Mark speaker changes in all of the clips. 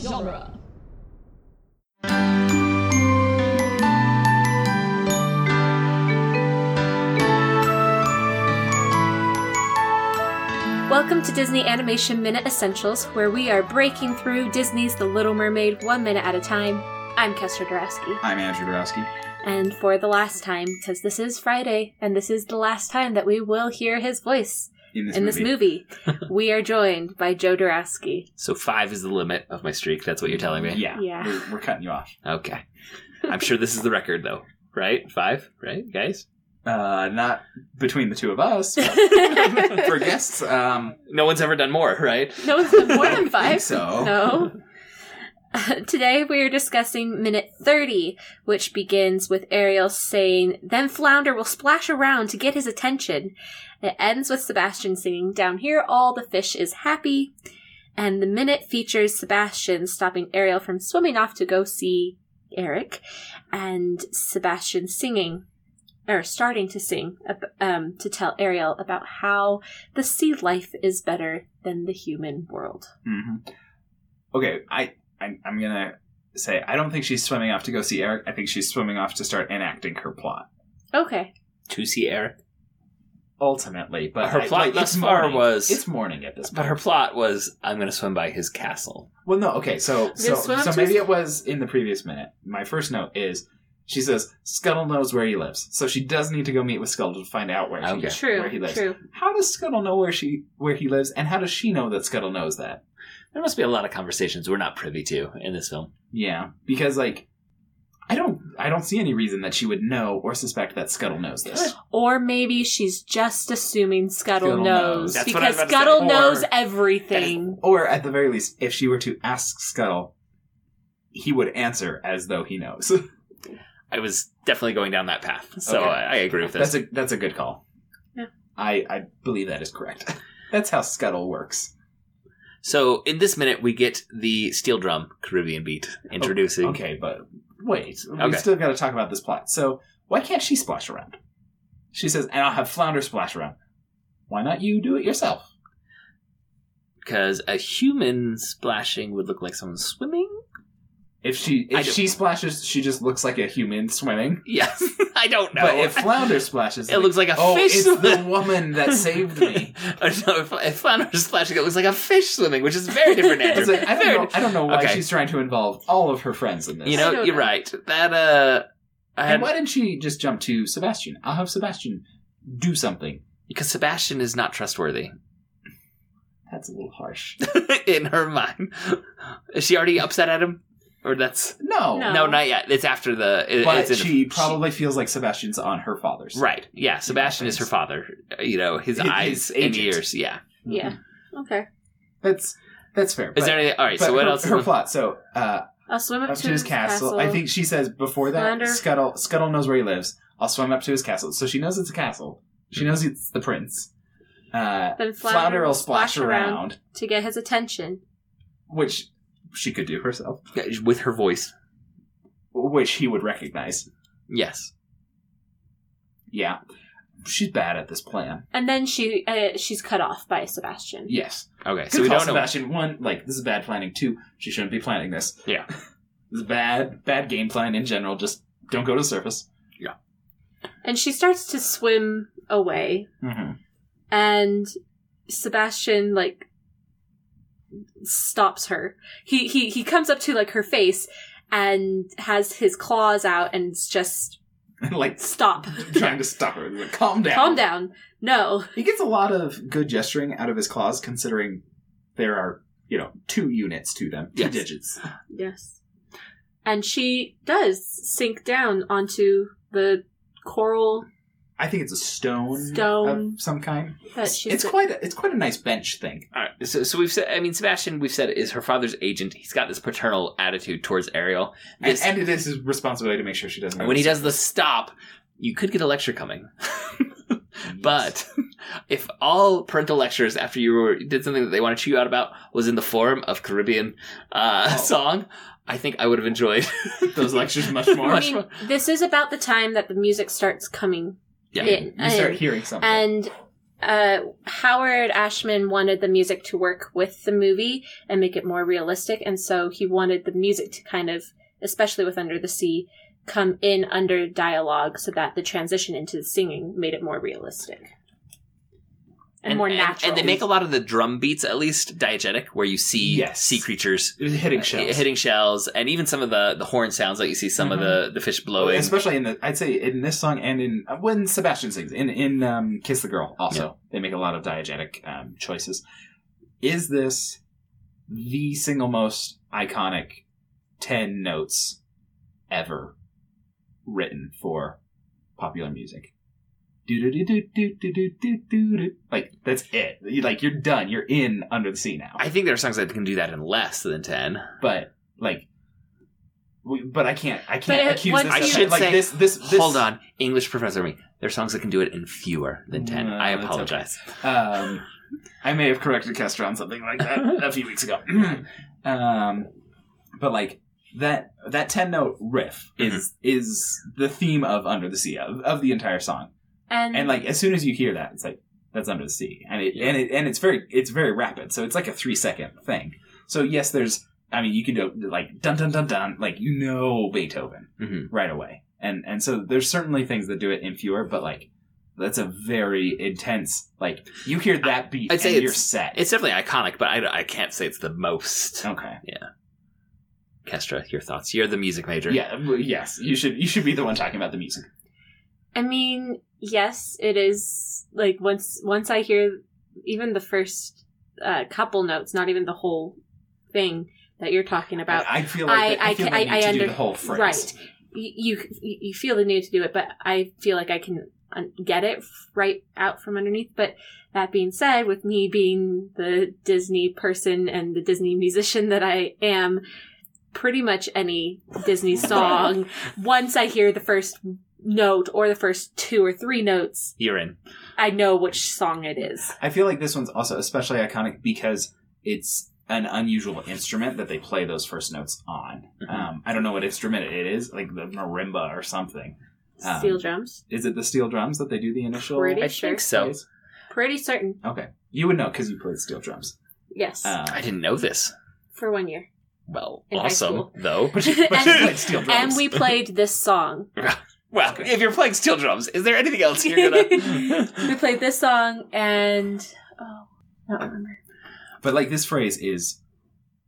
Speaker 1: genre.
Speaker 2: Welcome to Disney Animation Minute Essentials, where we are breaking through Disney's The Little Mermaid one minute at a time. I'm Kester Dorowski.
Speaker 3: I'm Andrew Dorowski.
Speaker 2: And for the last time, because this is Friday, and this is the last time that we will hear his voice
Speaker 3: In this
Speaker 2: in
Speaker 3: movie.
Speaker 2: this movie, we are joined by Joe Dorowski.
Speaker 4: So five is the limit of my streak. That's what you're telling me.
Speaker 3: Yeah.
Speaker 2: Yeah.
Speaker 3: We're, we're cutting you off.
Speaker 4: Okay. I'm sure this is the record though, right? Five, right, guys?
Speaker 3: Uh, not between the two of us. but for guests, um,
Speaker 4: No one's ever done more, right?
Speaker 2: No, it's been more than
Speaker 3: I
Speaker 2: five.
Speaker 3: think so.
Speaker 2: No. uh, Today we are discussing minute 30, which begins with Ariel saying, Then Flounder will splash around to get his attention. It ends with Sebastian singing, Down here all the fish is happy. And the minute features Sebastian stopping Ariel from swimming off to go see Eric, and Sebastian singing, or starting to sing, ab- um, to tell Ariel about how the sea life is better than the human world.
Speaker 3: hmm Okay, I, I I'm gonna say I don't think she's swimming off to go see Eric. I think she's swimming off to start enacting her plot
Speaker 2: Okay.
Speaker 4: To see Eric.
Speaker 3: ultimately. But
Speaker 4: Her
Speaker 3: I-
Speaker 4: plot
Speaker 3: like,
Speaker 4: thus
Speaker 3: it's
Speaker 4: far
Speaker 3: morning.
Speaker 4: was-
Speaker 3: it's morning at this point.
Speaker 4: But her plot was I'm gonna swim by his castle.
Speaker 3: Well, no, okay, so so,
Speaker 2: swim up
Speaker 3: so
Speaker 2: to
Speaker 3: maybe
Speaker 2: his-
Speaker 3: it was in the previous minute. My first note is she says Scuttle knows where he lives, so she does need to go meet with Scuttle to find out where she,
Speaker 4: Okay.
Speaker 2: True.
Speaker 3: where he lives.
Speaker 2: True.
Speaker 3: How does Scuttle know where she where he lives, and how does she know that Scuttle knows that?
Speaker 4: There must be a lot of conversations we're not privy to in this film.
Speaker 3: Yeah, because like I don't I don't see any reason that she would know or suspect that Scuttle knows this.
Speaker 2: Or maybe she's just assuming Scuttle,
Speaker 3: Scuttle
Speaker 2: knows
Speaker 3: knows.
Speaker 4: That's what I
Speaker 2: because
Speaker 4: was about to
Speaker 2: Scuttle
Speaker 4: say. Or-
Speaker 2: knows everything.
Speaker 3: Or at the very least, if she were to ask Scuttle, he would answer as though he knows.
Speaker 4: I was definitely going down that path. So
Speaker 3: Okay.
Speaker 4: I, I agree with
Speaker 3: that's
Speaker 4: this.
Speaker 3: a that's a good call.
Speaker 2: Yeah.
Speaker 3: I I believe that is correct. that's how Scuttle works.
Speaker 4: so in this minute we get the steel drum Caribbean beat introducing
Speaker 3: Oh, Okay, but wait,
Speaker 4: Okay.
Speaker 3: we've still got to talk about this plot. So why can't she splash around? She says, "And I'll have Flounder splash around." Why not you do it yourself?
Speaker 4: because a human splashing would look like someone swimming.
Speaker 3: If she
Speaker 4: I
Speaker 3: if
Speaker 4: don't-
Speaker 3: she splashes, she just looks like a human swimming.
Speaker 4: Yes, I don't know.
Speaker 3: But if Flounder splashes,
Speaker 4: It looks like a
Speaker 3: oh,
Speaker 4: fish.
Speaker 3: it's the woman that saved me.
Speaker 4: Or no, if, if flounders splashing, it looks like a fish swimming, which is very different, Andrew.
Speaker 3: It's like, I
Speaker 4: Very
Speaker 3: don't know. I don't know why
Speaker 4: Okay.
Speaker 3: she's trying to involve all of her friends in this.
Speaker 4: di- You
Speaker 2: I
Speaker 4: know,
Speaker 2: don't
Speaker 4: you're
Speaker 2: know.
Speaker 4: right. That uh, I
Speaker 3: and
Speaker 4: had
Speaker 3: why didn't she just jump to Sebastian? I'll have Sebastian do something.
Speaker 4: because Sebastian is not trustworthy
Speaker 3: That's a little harsh.
Speaker 4: in her mind. Is she already upset at him, or that's
Speaker 3: No,
Speaker 2: No.
Speaker 4: no, not yet. It's after the. it-
Speaker 3: but
Speaker 4: it's in the-
Speaker 3: she probably feels like Sebastian's on her father's.
Speaker 4: right. Yeah, Sebastian is her
Speaker 3: things.
Speaker 4: father. You know, his
Speaker 3: His
Speaker 4: eyes and
Speaker 3: agent.
Speaker 4: ears. Yeah.
Speaker 2: Yeah. Okay.
Speaker 3: That's that's fair.
Speaker 4: Is
Speaker 3: but-
Speaker 4: there anything? All right.
Speaker 3: but
Speaker 4: So what
Speaker 3: her,
Speaker 4: else? is
Speaker 3: Her
Speaker 4: the-
Speaker 3: plot. So uh,
Speaker 2: I'll swim up,
Speaker 3: up to his castle. I think she says before that
Speaker 2: Flounder.
Speaker 3: Scuttle Scuttle knows where he lives. I'll swim up to his castle. So she knows it's a castle. She knows it's the prince. Uh,
Speaker 2: Then Flounder
Speaker 3: Flounder will splash, around,
Speaker 2: to get his attention.
Speaker 3: which she could do herself,
Speaker 4: with her voice.
Speaker 3: which he would recognize.
Speaker 4: Yes.
Speaker 3: Yeah, she's bad at this plan.
Speaker 2: And then she uh, she's cut off by Sebastian.
Speaker 3: Yes,
Speaker 4: Okay.
Speaker 3: Good
Speaker 4: So we
Speaker 3: call,
Speaker 4: don't know.
Speaker 3: Sebastian. One, like this is bad planning. Two, she shouldn't be planning this.
Speaker 4: Yeah.
Speaker 3: this is bad, bad game plan in general. Just don't go to the surface.
Speaker 2: And she starts to swim away.
Speaker 3: Mm-hmm.
Speaker 2: and Sebastian like stops her. He he he comes up to like her face and has his claws out and it's just
Speaker 3: like
Speaker 2: stop.
Speaker 3: trying to stop her. Like, Calm down.
Speaker 2: Calm down. No.
Speaker 3: He gets a lot of good gesturing out of his claws, considering there are, you know, two units to them, two
Speaker 4: Yes.
Speaker 3: digits.
Speaker 2: Yes. And she does sink down onto the coral
Speaker 3: I think it's a stone,
Speaker 2: Stone.
Speaker 3: of some kind.
Speaker 2: that she's
Speaker 3: it's quite a, it's quite a nice bench thing.
Speaker 4: All right. So, so we've said. I mean, Sebastian, we've said is her father's agent. He's got this paternal attitude towards Ariel.
Speaker 3: And,
Speaker 4: This,
Speaker 3: and it is his responsibility to make sure she doesn't.
Speaker 4: when he
Speaker 3: notice.
Speaker 4: does the stop, you could get a lecture coming. but if all parental lectures after you were, did something that they want to chew you out about was in the form of Caribbean uh,
Speaker 3: Oh.
Speaker 4: song, I think I would have enjoyed.
Speaker 3: those lectures much more,
Speaker 2: I mean, this is about the time that the music starts coming
Speaker 4: yeah.
Speaker 2: Yeah.
Speaker 3: you start hearing something.
Speaker 2: and uh, Howard Ashman wanted the music to work with the movie and make it more realistic, and so he wanted the music to kind of, especially with Under the Sea, come in under dialogue so that the transition into the singing made it more realistic and, more natural.
Speaker 4: And, they make a lot of the drum beats at least diegetic, where you see
Speaker 3: Yes.
Speaker 4: sea creatures
Speaker 3: It was hitting
Speaker 4: uh,
Speaker 3: shells. Mm-hmm.
Speaker 4: hitting shells, and even some of the the horn sounds like you see some of the the fish blowing.
Speaker 3: Especially in the, I'd say in this song and in uh, when Sebastian sings in in um, "Kiss the Girl." Also, they make a lot of diegetic um, choices. Is this the single most iconic ten notes ever written for popular music? Do do do do do do do do do. Like that's it. You, like you're done. You're in under the sea now.
Speaker 4: I think there are songs that can do that in less than ten.
Speaker 3: but like, we, but I can't. I
Speaker 2: But
Speaker 3: can't
Speaker 2: it-
Speaker 3: accuse
Speaker 2: once
Speaker 3: this.
Speaker 2: you-
Speaker 3: of-
Speaker 2: I should
Speaker 3: like
Speaker 4: say-
Speaker 3: this. This. this
Speaker 4: Hold on, English professor me. There are songs that can do it in fewer than ten.
Speaker 3: No,
Speaker 4: I
Speaker 3: that's okay.
Speaker 4: apologize.
Speaker 3: Um, I may have corrected Kestra on something like that a few weeks ago. um, but like that that ten note riff is is the theme of Under the Sea of, of the entire song.
Speaker 2: and,
Speaker 3: And like as soon as you hear that, it's like that's Under the Sea, and it and it and it's very it's very rapid. So it's like a three second thing. So yes, there's I mean you can do like dun dun dun dun like you know Beethoven
Speaker 4: Mhm.
Speaker 3: right away. And and so there's certainly things that do it in fewer, but like that's a very intense like you hear that beat
Speaker 4: I'd say
Speaker 3: and you're
Speaker 4: it's-
Speaker 3: set.
Speaker 4: It's definitely iconic, but I, I can't say it's the most.
Speaker 3: okay.
Speaker 4: Kestra, your thoughts. You're the music major.
Speaker 3: Yeah, well, yes. You should you should be the one talking about the music.
Speaker 2: I mean, yes, it is like once once I hear even the first uh, couple notes, not even the whole thing that you're talking about.
Speaker 3: I, I feel like I,
Speaker 2: I-
Speaker 3: I,
Speaker 2: I
Speaker 3: feel
Speaker 2: can-
Speaker 3: like
Speaker 2: I-
Speaker 3: need
Speaker 2: I
Speaker 3: to do
Speaker 2: under-
Speaker 3: the whole phrase.
Speaker 2: Right. Y- You, you you feel the need to do it, but I feel like I can un- get it f- right out from underneath. But that being said, with me being the Disney person and the Disney musician that I am, pretty much any Disney song, once I hear the first note or the first two or three notes,
Speaker 4: You're in.
Speaker 2: I know which song it is.
Speaker 3: I feel like this one's also especially iconic because it's an unusual instrument that they play those first notes on.
Speaker 4: Mhm.
Speaker 3: Um, I don't know what instrument it is, like the marimba or something. Um,
Speaker 2: Steel drums.
Speaker 3: Is it the steel drums that they do the initial?
Speaker 2: Pretty
Speaker 4: I
Speaker 2: sure.
Speaker 4: think so.
Speaker 3: plays?
Speaker 2: Pretty certain.
Speaker 3: Okay, you would know because you played steel drums.
Speaker 2: Yes.
Speaker 3: Um,
Speaker 4: I didn't know this.
Speaker 2: for one year.
Speaker 4: Well,
Speaker 2: In high
Speaker 4: awesome,
Speaker 2: school.
Speaker 4: though.
Speaker 3: but you, but you
Speaker 2: And-
Speaker 3: played steel drums.
Speaker 2: And we played this song.
Speaker 4: Well, if you're playing steel drums, is there anything else you're
Speaker 2: We
Speaker 4: gonna?
Speaker 2: played this song and oh, I don't remember.
Speaker 3: But like this phrase is,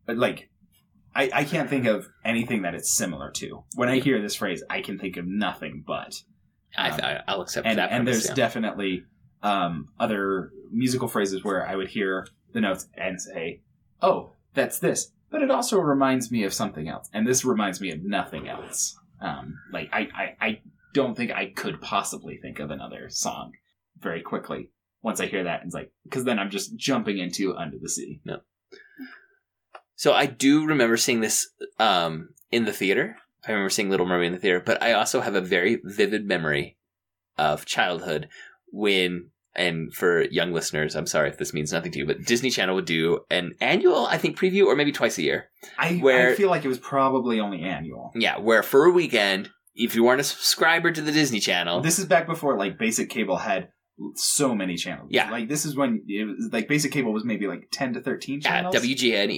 Speaker 3: but, like, I, I can't think of anything that it's similar to. When I hear this phrase, I can think of nothing but.
Speaker 4: I, I, I'll accept
Speaker 3: and,
Speaker 4: that.
Speaker 3: and
Speaker 4: premise,
Speaker 3: there's
Speaker 4: yeah.
Speaker 3: definitely um, other musical phrases where I would hear the notes and say, "Oh, that's this," but it also reminds me of something else, and this reminds me of nothing else. Um, like I, I, I don't think I could possibly think of another song very quickly once I hear that. It's like because then I'm just jumping into Under the Sea.
Speaker 4: so I do remember seeing this um, in the theater. I remember seeing Little Mermaid in the theater, but I also have a very vivid memory of childhood when. And for young listeners, I'm sorry if this means nothing to you, but Disney Channel would do an annual, I think, preview or maybe twice a year
Speaker 3: I,
Speaker 4: Where-
Speaker 3: I feel like it was probably only annual.
Speaker 4: Yeah, where for a weekend, if you weren't a subscriber to the Disney Channel,
Speaker 3: This is back before like basic cable had so many channels.
Speaker 4: Yeah.
Speaker 3: like this is when it was, like basic cable was maybe like ten to thirteen
Speaker 4: yeah,
Speaker 3: channels.
Speaker 4: WGN,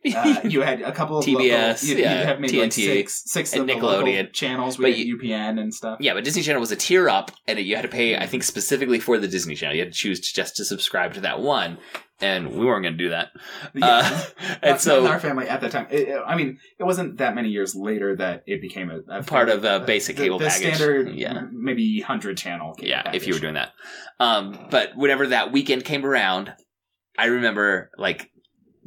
Speaker 4: ESPN,
Speaker 3: uh, you had a couple of
Speaker 4: TBS,
Speaker 3: local, you,
Speaker 4: yeah,
Speaker 3: you have maybe like
Speaker 4: TNT,
Speaker 3: six, six
Speaker 4: and
Speaker 3: of the local
Speaker 4: Nickelodeon.
Speaker 3: channels.
Speaker 4: But
Speaker 3: We had UPN and stuff.
Speaker 4: yeah, but Disney Channel was a tier up, and you had to pay, I
Speaker 3: Mm.
Speaker 4: think, specifically for the Disney Channel. You had to choose to just to subscribe to that one, and we weren't going to do that.
Speaker 3: Yeah.
Speaker 4: Uh,
Speaker 3: Not-
Speaker 4: and
Speaker 3: not in our
Speaker 4: so
Speaker 3: family at that time. It- it- I mean, it wasn't that many years later that it became a, a
Speaker 4: part of a basic
Speaker 3: the-
Speaker 4: cable
Speaker 3: the
Speaker 4: package.
Speaker 3: standard,
Speaker 4: yeah,
Speaker 3: m- maybe hundred channel. Cable
Speaker 4: yeah, if you were
Speaker 3: package.
Speaker 4: doing that. Um, but whenever that weekend came around, I remember like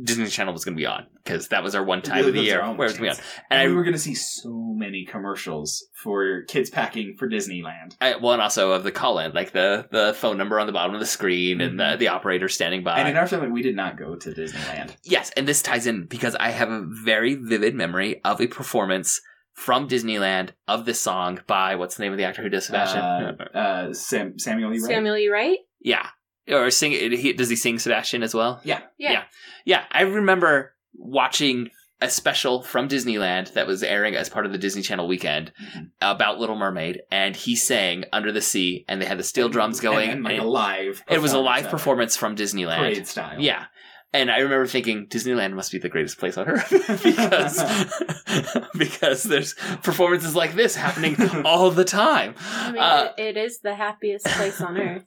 Speaker 4: Disney Channel was going to be on because that was our one time
Speaker 3: Yeah,
Speaker 4: of the
Speaker 3: that's
Speaker 4: year
Speaker 3: our only
Speaker 4: where it was going to be on,
Speaker 3: chance.
Speaker 4: and I
Speaker 3: we were going to see so many commercials for kids packing for Disneyland.
Speaker 4: I, well, and also of the call in, like the, the phone number on the bottom of the screen and the, the operator standing by.
Speaker 3: Mm-hmm. and in our family, we did not go to Disneyland.
Speaker 4: yes, and this ties in because I have a very vivid memory of a performance from Disneyland of this song by what's the name of the actor who does Sebastian?
Speaker 3: Uh, uh, Sam, Samuel E. Wright.
Speaker 2: Samuel, you right?
Speaker 4: yeah. Or sing, he, does he sing Sebastian as well?
Speaker 3: Yeah.
Speaker 4: Yeah. I remember watching a special from Disneyland that was airing as part of the Disney Channel weekend
Speaker 3: Mhm.
Speaker 4: about Little Mermaid, and he sang Under the Sea, and they had the steel drums going.
Speaker 3: And, like
Speaker 4: and
Speaker 3: a live.
Speaker 4: it was a live
Speaker 3: of it.
Speaker 4: performance from Disneyland.
Speaker 3: parade style.
Speaker 4: Yeah. And I remember thinking Disneyland must be the greatest place on earth because because there's performances like this happening all the time.
Speaker 2: I mean,
Speaker 4: Uh,
Speaker 2: it, it is the happiest place on earth.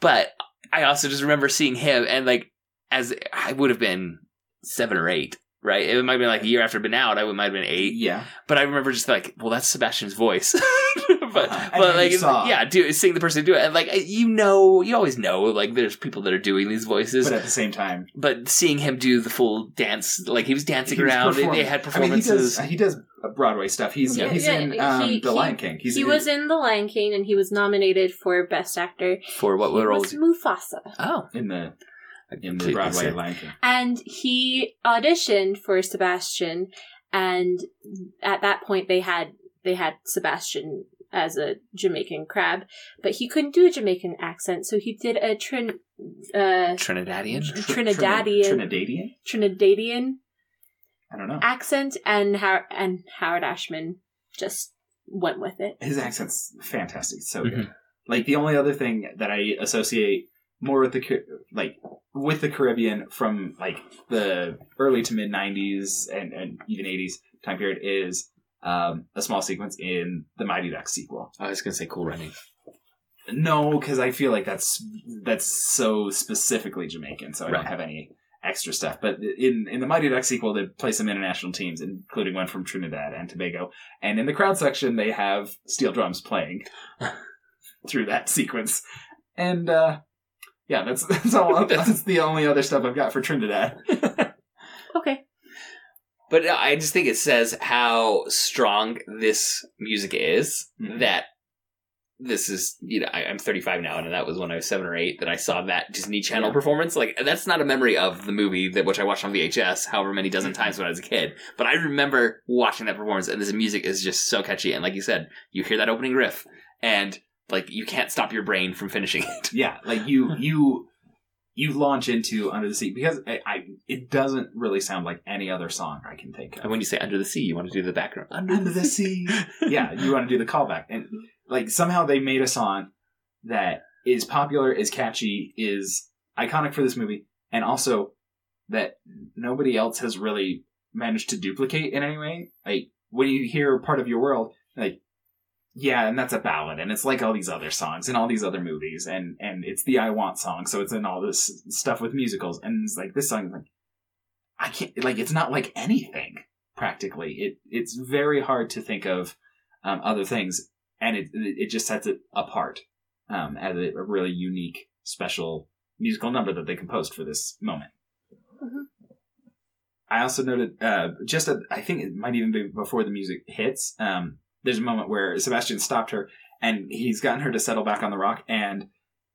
Speaker 4: But I also just remember seeing him and like as I would have been seven or eight, right? It might have been like a year after it'd been out. I would might have been eight,
Speaker 3: Yeah.
Speaker 4: but I remember just like, well, that's Sebastian's voice. but
Speaker 3: Uh-huh. And
Speaker 4: but
Speaker 3: then
Speaker 4: like
Speaker 3: you saw.
Speaker 4: yeah, do seeing the person do it and like you know you always know like there's people that are doing these voices,
Speaker 3: But at the same time,
Speaker 4: but seeing him do the full dance, like he was dancing
Speaker 3: he was
Speaker 4: around, they-
Speaker 3: performing.
Speaker 4: they had
Speaker 3: I mean, he does.
Speaker 4: performances.
Speaker 3: He does Broadway stuff. He's
Speaker 2: Yeah.
Speaker 3: he's
Speaker 2: Yeah,
Speaker 3: in
Speaker 2: he-
Speaker 3: um,
Speaker 2: he-
Speaker 3: The Lion King. He's
Speaker 2: he
Speaker 3: in,
Speaker 2: was in The Lion King and he was nominated for Best Actor.
Speaker 4: for what
Speaker 2: he
Speaker 4: role?
Speaker 2: was
Speaker 4: Was,
Speaker 2: Mufasa.
Speaker 4: oh,
Speaker 3: in the in the
Speaker 4: Completely
Speaker 3: Broadway
Speaker 4: sick.
Speaker 3: Lion King.
Speaker 2: And he auditioned for Sebastian and at that point they had they had Sebastian as a Jamaican crab, but he couldn't do a Jamaican accent, so he did a Trin uh
Speaker 4: Trinidadian.
Speaker 3: Tr-
Speaker 2: Trinidadian.
Speaker 3: Trin- Trinidadian.
Speaker 2: Trinidadian
Speaker 3: I don't know.
Speaker 2: accent and How- and Howard Ashman just went with it.
Speaker 3: His accent's fantastic. It's so good.
Speaker 4: Mhm.
Speaker 3: Like the only other thing that I associate more with the Car- like with the Caribbean from like the early to mid '90s and, and even '80s time period is um, a small sequence in the Mighty Ducks sequel.
Speaker 4: I was gonna say Cool Running.
Speaker 3: No, because I feel like that's that's so specifically Jamaican, so I
Speaker 4: Right.
Speaker 3: don't have any extra stuff. But in in the Mighty Ducks sequel, they play some international teams, including one from Trinidad and Tobago. And in the crowd section, they have steel drums playing through that sequence. And uh, yeah, that's that's all. That's the only other stuff I've got for Trinidad.
Speaker 2: Okay.
Speaker 4: But no, I just think it says how strong this music is.
Speaker 3: Mhm.
Speaker 4: That this is, you know, I, I'm 35 now, and that was when I was seven or eight that I saw that Disney Channel
Speaker 3: Yeah.
Speaker 4: performance. Like that's not a memory of the movie that which I watched on VHS, however many dozen times when I was a kid. But I remember watching that performance, and this music is just so catchy. And like you said, you hear that opening riff, and like you can't stop your brain from finishing it.
Speaker 3: yeah like you you you launch into under the sea because I, I it doesn't really sound like any other song i can think of
Speaker 4: And when you say under the sea, you want to do the background under
Speaker 3: under the sea yeah you want to do the callback and like somehow they made a song that is popular is catchy is iconic for this movie and also that nobody else has really managed to duplicate in any way like when you hear part of your world like yeah and that's a ballad and it's like all these other songs and all these other movies and and it's the i want song so it's in all this stuff with musicals and it's like this song is like i can't like it's not like anything practically it it's very hard to think of um, other things and it it just sets it apart um, as a, a really unique special musical number that they composed for this moment
Speaker 2: Mhm.
Speaker 3: i also noted uh, just at, i think it might even be before the music hits um, there's a moment where sebastian stopped her and he's gotten her to settle back on the rock and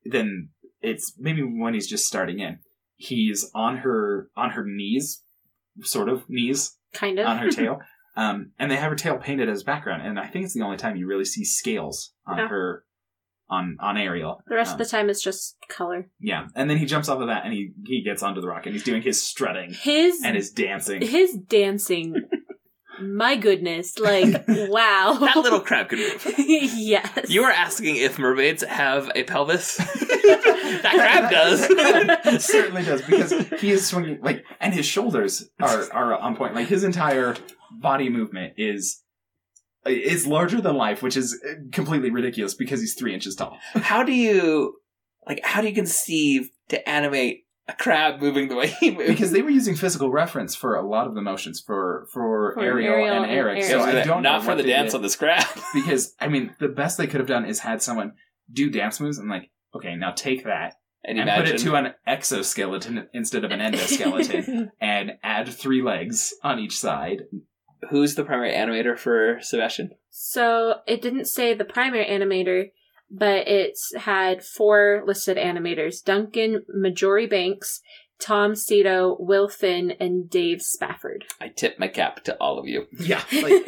Speaker 3: then it's maybe when he's just starting in he's on her on her knees sort of knees
Speaker 2: Kind of.
Speaker 3: on her tail. Um, and they have her tail painted as background, and I think it's the only time you really see scales on
Speaker 2: Yeah.
Speaker 3: her, on on Ariel.
Speaker 2: the rest
Speaker 3: Um,
Speaker 2: of the time it's just color.
Speaker 3: yeah. And then he jumps off of that, and he he gets onto the rock, and he's doing his strutting
Speaker 2: His
Speaker 3: and his dancing.
Speaker 2: his dancing my goodness, like wow.
Speaker 4: that little crab could move.
Speaker 2: yes.
Speaker 4: You were asking if mermaids have a pelvis. that crab
Speaker 3: It
Speaker 4: does.
Speaker 3: certainly does because he is swinging like, and his shoulders are are on point. Like his entire body movement is is larger than life, which is uh, completely ridiculous because he's three inches tall.
Speaker 4: how do you like? How do you conceive to animate a crab moving the way he moves?
Speaker 3: because they were using physical reference for a lot of the motions for for,
Speaker 2: For
Speaker 3: Ariel,
Speaker 2: Ariel
Speaker 3: and
Speaker 2: and
Speaker 3: Eric.
Speaker 2: Eric.
Speaker 3: So
Speaker 2: Yeah,
Speaker 3: I don't know
Speaker 4: not for
Speaker 3: what
Speaker 4: the
Speaker 3: they
Speaker 4: dance
Speaker 3: did,
Speaker 4: on this crab.
Speaker 3: because I mean the best they could have done is had someone do dance moves and like okay now take that
Speaker 4: And
Speaker 3: and
Speaker 4: imagine
Speaker 3: put it to an exoskeleton instead of an endoskeleton and add three legs on each side.
Speaker 4: who's the primary animator for Sebastian?
Speaker 2: So it didn't say the primary animator, but it's had four listed animators Duncan Majori Banks, Tom Cito, Will Finn, and Dave Spafford.
Speaker 4: I tip my cap to all of you.
Speaker 3: Yeah, like,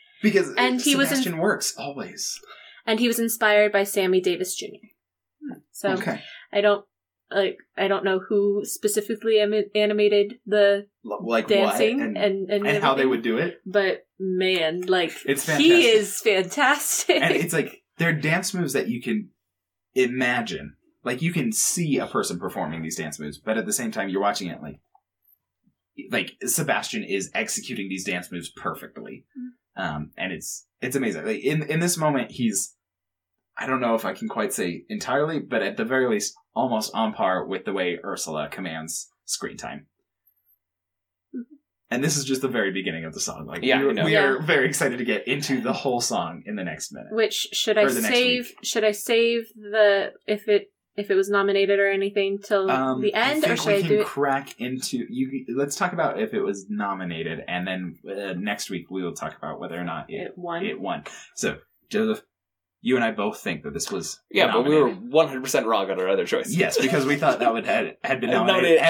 Speaker 3: because
Speaker 2: And he was in-
Speaker 3: Sebastian works always.
Speaker 2: and he was inspired by Sammy Davis Jr. So
Speaker 3: okay,
Speaker 2: I don't like I don't know who specifically am- animated the
Speaker 3: Like
Speaker 2: dancing
Speaker 3: what? And,
Speaker 2: and
Speaker 3: and,
Speaker 2: and,
Speaker 3: how they
Speaker 2: everything,
Speaker 3: would do it.
Speaker 2: But man, like
Speaker 3: It's
Speaker 2: he
Speaker 3: fantastic.
Speaker 2: is fantastic.
Speaker 3: And it's like, they're dance moves that you can imagine. Like, you can see a person performing these dance moves, but at the same time, you're watching it like, like Sebastian is executing these dance moves perfectly. Um, and it's, it's amazing. Like, in, in this moment, he's, I don't know if I can quite say entirely, but at the very least, almost on par with the way Ursula commands screen time. And this is just the very beginning of the song. Like,
Speaker 4: Yeah,
Speaker 3: we,
Speaker 4: I know.
Speaker 3: we
Speaker 2: Yeah.
Speaker 3: are very excited to get into the whole song in the next minute.
Speaker 2: Which should
Speaker 3: Or
Speaker 2: I
Speaker 3: the next
Speaker 2: save? Should I save the if it if it was nominated or anything till the end,
Speaker 3: Um, I
Speaker 2: or
Speaker 3: think
Speaker 2: should
Speaker 3: we
Speaker 2: I
Speaker 3: can
Speaker 2: do it?
Speaker 3: crack into you? Let's talk about if it was nominated, and then uh, next week we will talk about whether or not it,
Speaker 2: at one?
Speaker 3: it won. So, Joseph, you and I both think that this was
Speaker 4: Yeah, but we
Speaker 3: nominated.
Speaker 4: were one hundred percent wrong on our other choice.
Speaker 3: yes because we thought that would had, had been
Speaker 4: And
Speaker 3: nominated,
Speaker 4: nominated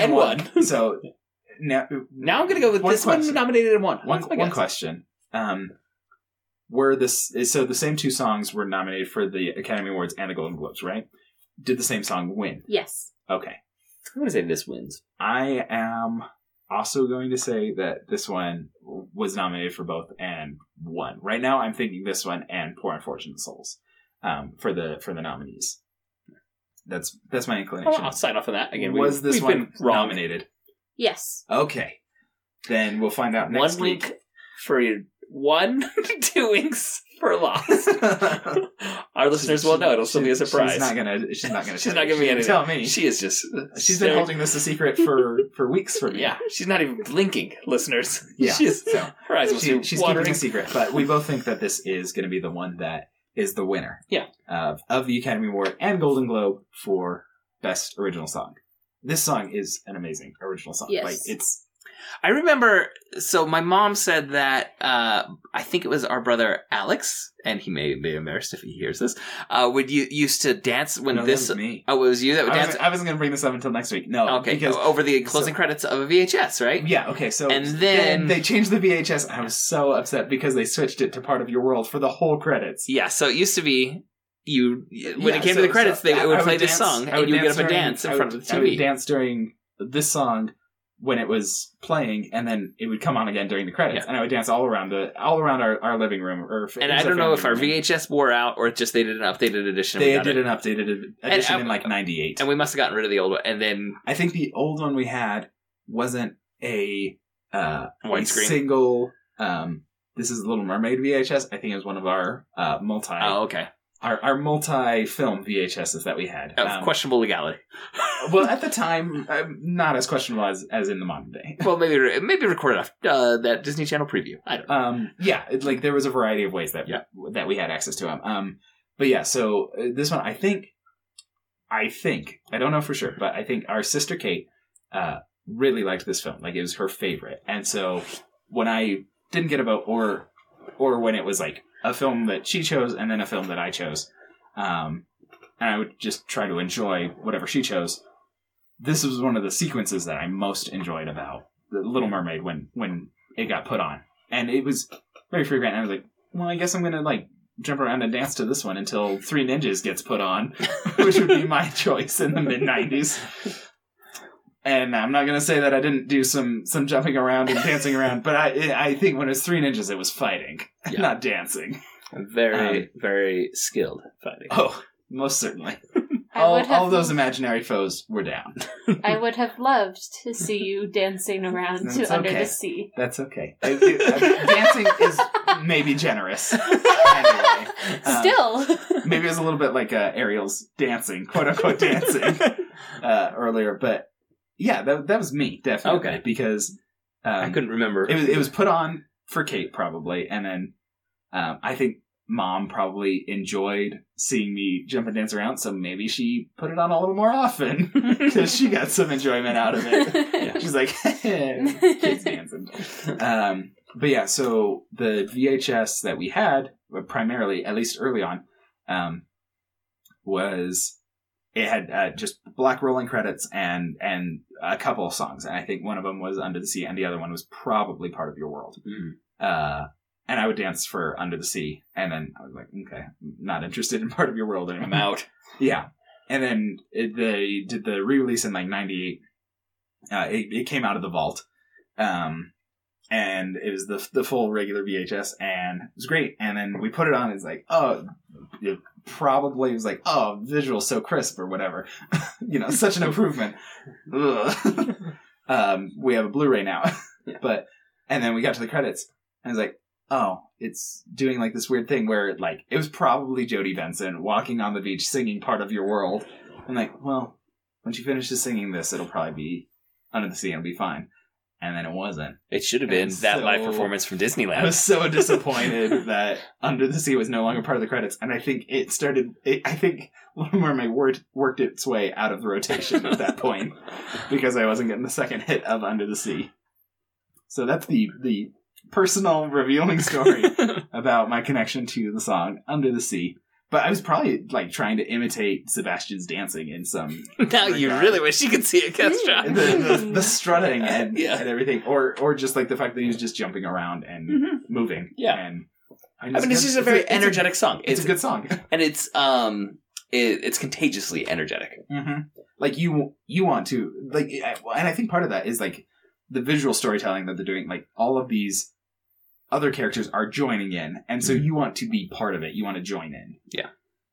Speaker 4: and won.
Speaker 3: So now,
Speaker 4: now I'm gonna go with
Speaker 3: One
Speaker 4: this
Speaker 3: question.
Speaker 4: one nominated and one.
Speaker 3: one,
Speaker 4: That's my
Speaker 3: one
Speaker 4: guess.
Speaker 3: question. Um, were this so the same two songs were nominated for the Academy Awards and the Golden Globes, right? Did the same song win?
Speaker 2: Yes.
Speaker 3: Okay.
Speaker 4: I'm gonna say this wins.
Speaker 3: I am also going to say that this one was nominated for both and won. Right now, I'm thinking this one and Poor Unfortunate Souls um, for the for the nominees. That's that's my
Speaker 4: I'll,
Speaker 3: inclination.
Speaker 4: I'll sign off on that again.
Speaker 3: was
Speaker 4: we,
Speaker 3: this
Speaker 4: we've
Speaker 3: one
Speaker 4: been wrong.
Speaker 3: nominated?
Speaker 2: Yes.
Speaker 3: Okay, then we'll find out next
Speaker 4: One
Speaker 3: week.
Speaker 4: week for your- one, two winks for lost. Our listeners will know. It'll still be a
Speaker 3: She's-
Speaker 4: surprise.
Speaker 3: She's not gonna. She's not gonna.
Speaker 4: She's
Speaker 3: tell
Speaker 4: not
Speaker 3: you.
Speaker 4: gonna be
Speaker 3: She didn't
Speaker 4: anything.
Speaker 3: Tell me.
Speaker 4: She is just.
Speaker 3: She's been
Speaker 4: so-
Speaker 3: holding this a secret for for weeks for me.
Speaker 4: Yeah, she's not even blinking, listeners.
Speaker 3: Yeah.
Speaker 4: She's,
Speaker 3: So
Speaker 4: her eyes must
Speaker 3: She-
Speaker 4: be
Speaker 3: she's
Speaker 4: watering.
Speaker 3: keeping a secret, but we both think that this is going to be the one that is the winner.
Speaker 4: Yeah.
Speaker 3: Of, of the Academy Award and Golden Globe for Best Original Song. This song is an amazing original song.
Speaker 2: Yes.
Speaker 3: Like it's
Speaker 4: I remember. So my mom said that uh, I think it was our brother Alex, and he may be embarrassed if he hears this. Uh, would you used to dance when
Speaker 3: no,
Speaker 4: this?
Speaker 3: that was me.
Speaker 4: Oh, it was oh, you that
Speaker 3: I
Speaker 4: would dance.
Speaker 3: wasn't, I wasn't going to bring this up until next week. No.
Speaker 4: okay,
Speaker 3: Because
Speaker 4: over the closing credits of a VHS, right?
Speaker 3: yeah. Okay. So
Speaker 4: And then-
Speaker 3: they changed the VHS. I was so upset because they switched it to "Part of Your World" for the whole credits.
Speaker 4: Yeah, so it used to be you when
Speaker 3: Yeah,
Speaker 4: it came
Speaker 3: so-
Speaker 4: to the credits,
Speaker 3: so
Speaker 4: they
Speaker 3: I-
Speaker 4: would
Speaker 3: I
Speaker 4: play this
Speaker 3: dance-
Speaker 4: song,
Speaker 3: I
Speaker 4: and
Speaker 3: would
Speaker 4: you would get
Speaker 3: dance
Speaker 4: up and
Speaker 3: during-
Speaker 4: dance in
Speaker 3: I
Speaker 4: front
Speaker 3: would-
Speaker 4: of the
Speaker 3: I would
Speaker 4: TV.
Speaker 3: dance during this song when it was playing, and then it would come on again during the credits,
Speaker 4: Yeah.
Speaker 3: and I would dance all around the all around our, our living room. Or if it
Speaker 4: And
Speaker 3: was
Speaker 4: I
Speaker 3: a
Speaker 4: don't know
Speaker 3: family
Speaker 4: if our
Speaker 3: room.
Speaker 4: VHS wore out or just they did an updated edition. and we
Speaker 3: they
Speaker 4: got
Speaker 3: did
Speaker 4: it.
Speaker 3: an updated ed- edition
Speaker 4: I-
Speaker 3: in like '98.
Speaker 4: and we must have gotten rid of the old one. And then
Speaker 3: I think the old one we had wasn't a uh, a
Speaker 4: widescreen.
Speaker 3: single. Um, this is Little Mermaid VHS. I think it was one of our uh, multi
Speaker 4: oh, okay.
Speaker 3: our, our multi film VHSs that we had.
Speaker 4: Of
Speaker 3: Um,
Speaker 4: questionable legality.
Speaker 3: well, at the time, um, not as questionable as, as in the modern day.
Speaker 4: well, maybe re- maybe record off uh, that Disney Channel preview. I don't. know.
Speaker 3: Um, yeah, it, like there was a variety of ways that
Speaker 4: Yeah.
Speaker 3: that we had access to them. Um, but yeah, so uh, this one, I think, I think I don't know for sure, but I think our sister Kate uh, really liked this film. Like it was her favorite, and so when I didn't get a vote, or or when it was like a film that she chose and then a film that I chose, um, and I would just try to enjoy whatever she chose. This was one of the sequences that I most enjoyed about the Little Mermaid when when it got put on, and it was very frequent. And I was like, well, I guess I'm gonna like jump around and dance to this one until Three Ninjas gets put on, which would be my choice in the mid '90s. And I'm not gonna say that I didn't do some some jumping around and dancing around, but I I think when it was Three Ninjas, it was fighting,
Speaker 4: Yeah.
Speaker 3: not dancing. Um,
Speaker 4: Very very skilled fighting.
Speaker 3: Oh, most certainly.
Speaker 2: I
Speaker 3: all
Speaker 2: would have-
Speaker 3: all those imaginary foes were down.
Speaker 2: I would have loved to see you dancing around
Speaker 3: That's
Speaker 2: to Under
Speaker 3: okay.
Speaker 2: the Sea.
Speaker 3: That's okay. I- I- dancing is maybe generous. Anyway. Um,
Speaker 2: Still,
Speaker 3: maybe it was a little bit like uh, Ariel's dancing, quote unquote dancing uh, earlier, but yeah, that that was me definitely
Speaker 4: Okay.
Speaker 3: because um,
Speaker 4: I couldn't remember.
Speaker 3: It was it was put on for Kate probably, and then um, I think mom probably enjoyed seeing me jump and dance around, so maybe she put it on a little more often because she got some enjoyment out of it. She's like, kids dancing. Um, but yeah, so the VHS that we had, well, primarily, at least early on, um, was it had uh, just black rolling credits and and a couple of songs, and I think one of them was Under the Sea, and the other one was probably Part of Your World.
Speaker 4: Mm.
Speaker 3: Uh, and I would dance for Under the Sea, and then I was like, okay, not interested in Part of Your World anymore.
Speaker 4: I'm out.
Speaker 3: Yeah. and then it, they did the re-release in like '98. Uh, it, it came out of the vault, um, and it was the the full regular VHS, and it was great. And then we put it on. It's like, oh, it probably was like, oh, visual so crisp or whatever. you know, such an improvement. Ugh. um, we have a Blu-ray now, but and then we got to the credits, and I was like, oh, it's doing like this weird thing where like it was probably Jodie Benson walking on the beach singing "Part of Your World." I'm like, well, once you finish just singing this, it'll probably be under the sea, it'll be fine. And then it wasn't.
Speaker 4: It should have been
Speaker 3: And
Speaker 4: that live
Speaker 3: so-
Speaker 4: performance from
Speaker 3: I
Speaker 4: Disneyland.
Speaker 3: was so disappointed that Under the Sea was no longer part of the credits, and I think it started. It, I think Little Mermaid worked, worked its way out of the rotation at that point because I wasn't getting the second hit of Under the Sea. So that's the the personal revealing story about my connection to the song Under the Sea. But I was probably like trying to imitate Sebastian's dancing in some
Speaker 4: now you really wish you could see it,
Speaker 3: the,
Speaker 4: Kestra.
Speaker 3: the, the strutting and,
Speaker 4: Yeah.
Speaker 3: and everything, or or just like the fact that he was just jumping around and moving.
Speaker 4: Mm-hmm. Yeah.
Speaker 3: and
Speaker 4: I mean, it's just a very energetic song.
Speaker 3: It's, a good song.
Speaker 4: and it's um, it, it's contagiously energetic.
Speaker 3: mm-hmm. Like you, you want to like, I- and I think part of that is like the visual storytelling that they're doing. Like all of these other characters are joining in, and so
Speaker 4: Mhm.
Speaker 3: you want to be part of it. You want to join in.
Speaker 4: Yeah.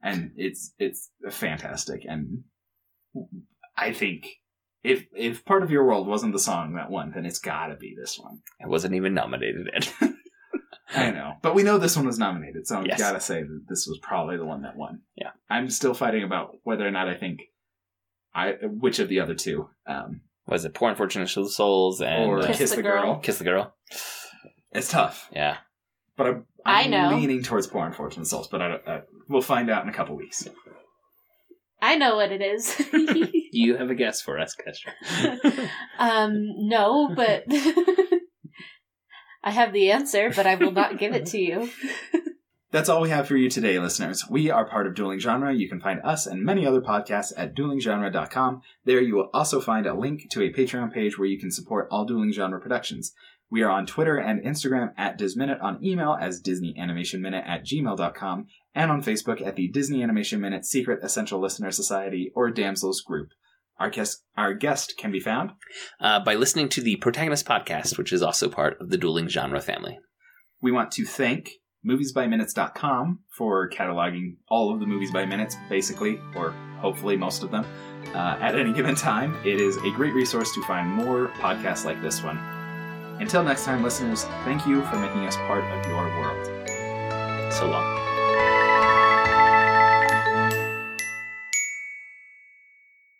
Speaker 3: and it's it's fantastic, and I think. If if part of your world wasn't the song that won, then it's gotta be this one.
Speaker 4: I wasn't even nominated. Ed.
Speaker 3: I know, but we know this one was nominated, so I
Speaker 4: Yes.
Speaker 3: gotta say that this was probably the one that won.
Speaker 4: Yeah.
Speaker 3: I'm still fighting about whether or not I think I which of the other two, um,
Speaker 4: Was it Poor Unfortunate Souls and
Speaker 3: or
Speaker 4: uh,
Speaker 2: Kiss
Speaker 3: Kiss,
Speaker 2: the
Speaker 3: the,
Speaker 2: Girl.
Speaker 3: girl.
Speaker 4: Kiss the Girl?
Speaker 3: It's tough,
Speaker 4: Yeah.
Speaker 3: but I'm,
Speaker 2: I
Speaker 3: I'm
Speaker 2: know.
Speaker 3: leaning towards Poor Unfortunate Souls, but I don't, uh, we'll find out in a couple weeks.
Speaker 1: I know what it is.
Speaker 4: You have a guess for us, Kestra.
Speaker 1: um, no, but I have the answer, but I will not give it to you.
Speaker 3: That's all we have for you today, listeners. We are part of Dueling Genre. You can find us and many other podcasts at duelinggenre.com. There you will also find a link to a Patreon page where you can support all Dueling Genre productions. We are on Twitter and Instagram at DisMinute, on email as DisneyAnimationMinute at gmail.com, and on Facebook at the Disney Animation Minute Secret Essential Listener Society or Damsels Group. Our guest, our guest can be found
Speaker 4: uh, by listening to the Protagonist podcast, which is also part of the Dueling Genre family.
Speaker 3: We want to thank moviesbyminutes.com for cataloging all of the movies by minutes, basically, or hopefully most of them, uh, at any given time. It is a great resource to find more podcasts like this one. Until next time, listeners, thank you for making us part of your world.
Speaker 4: So long.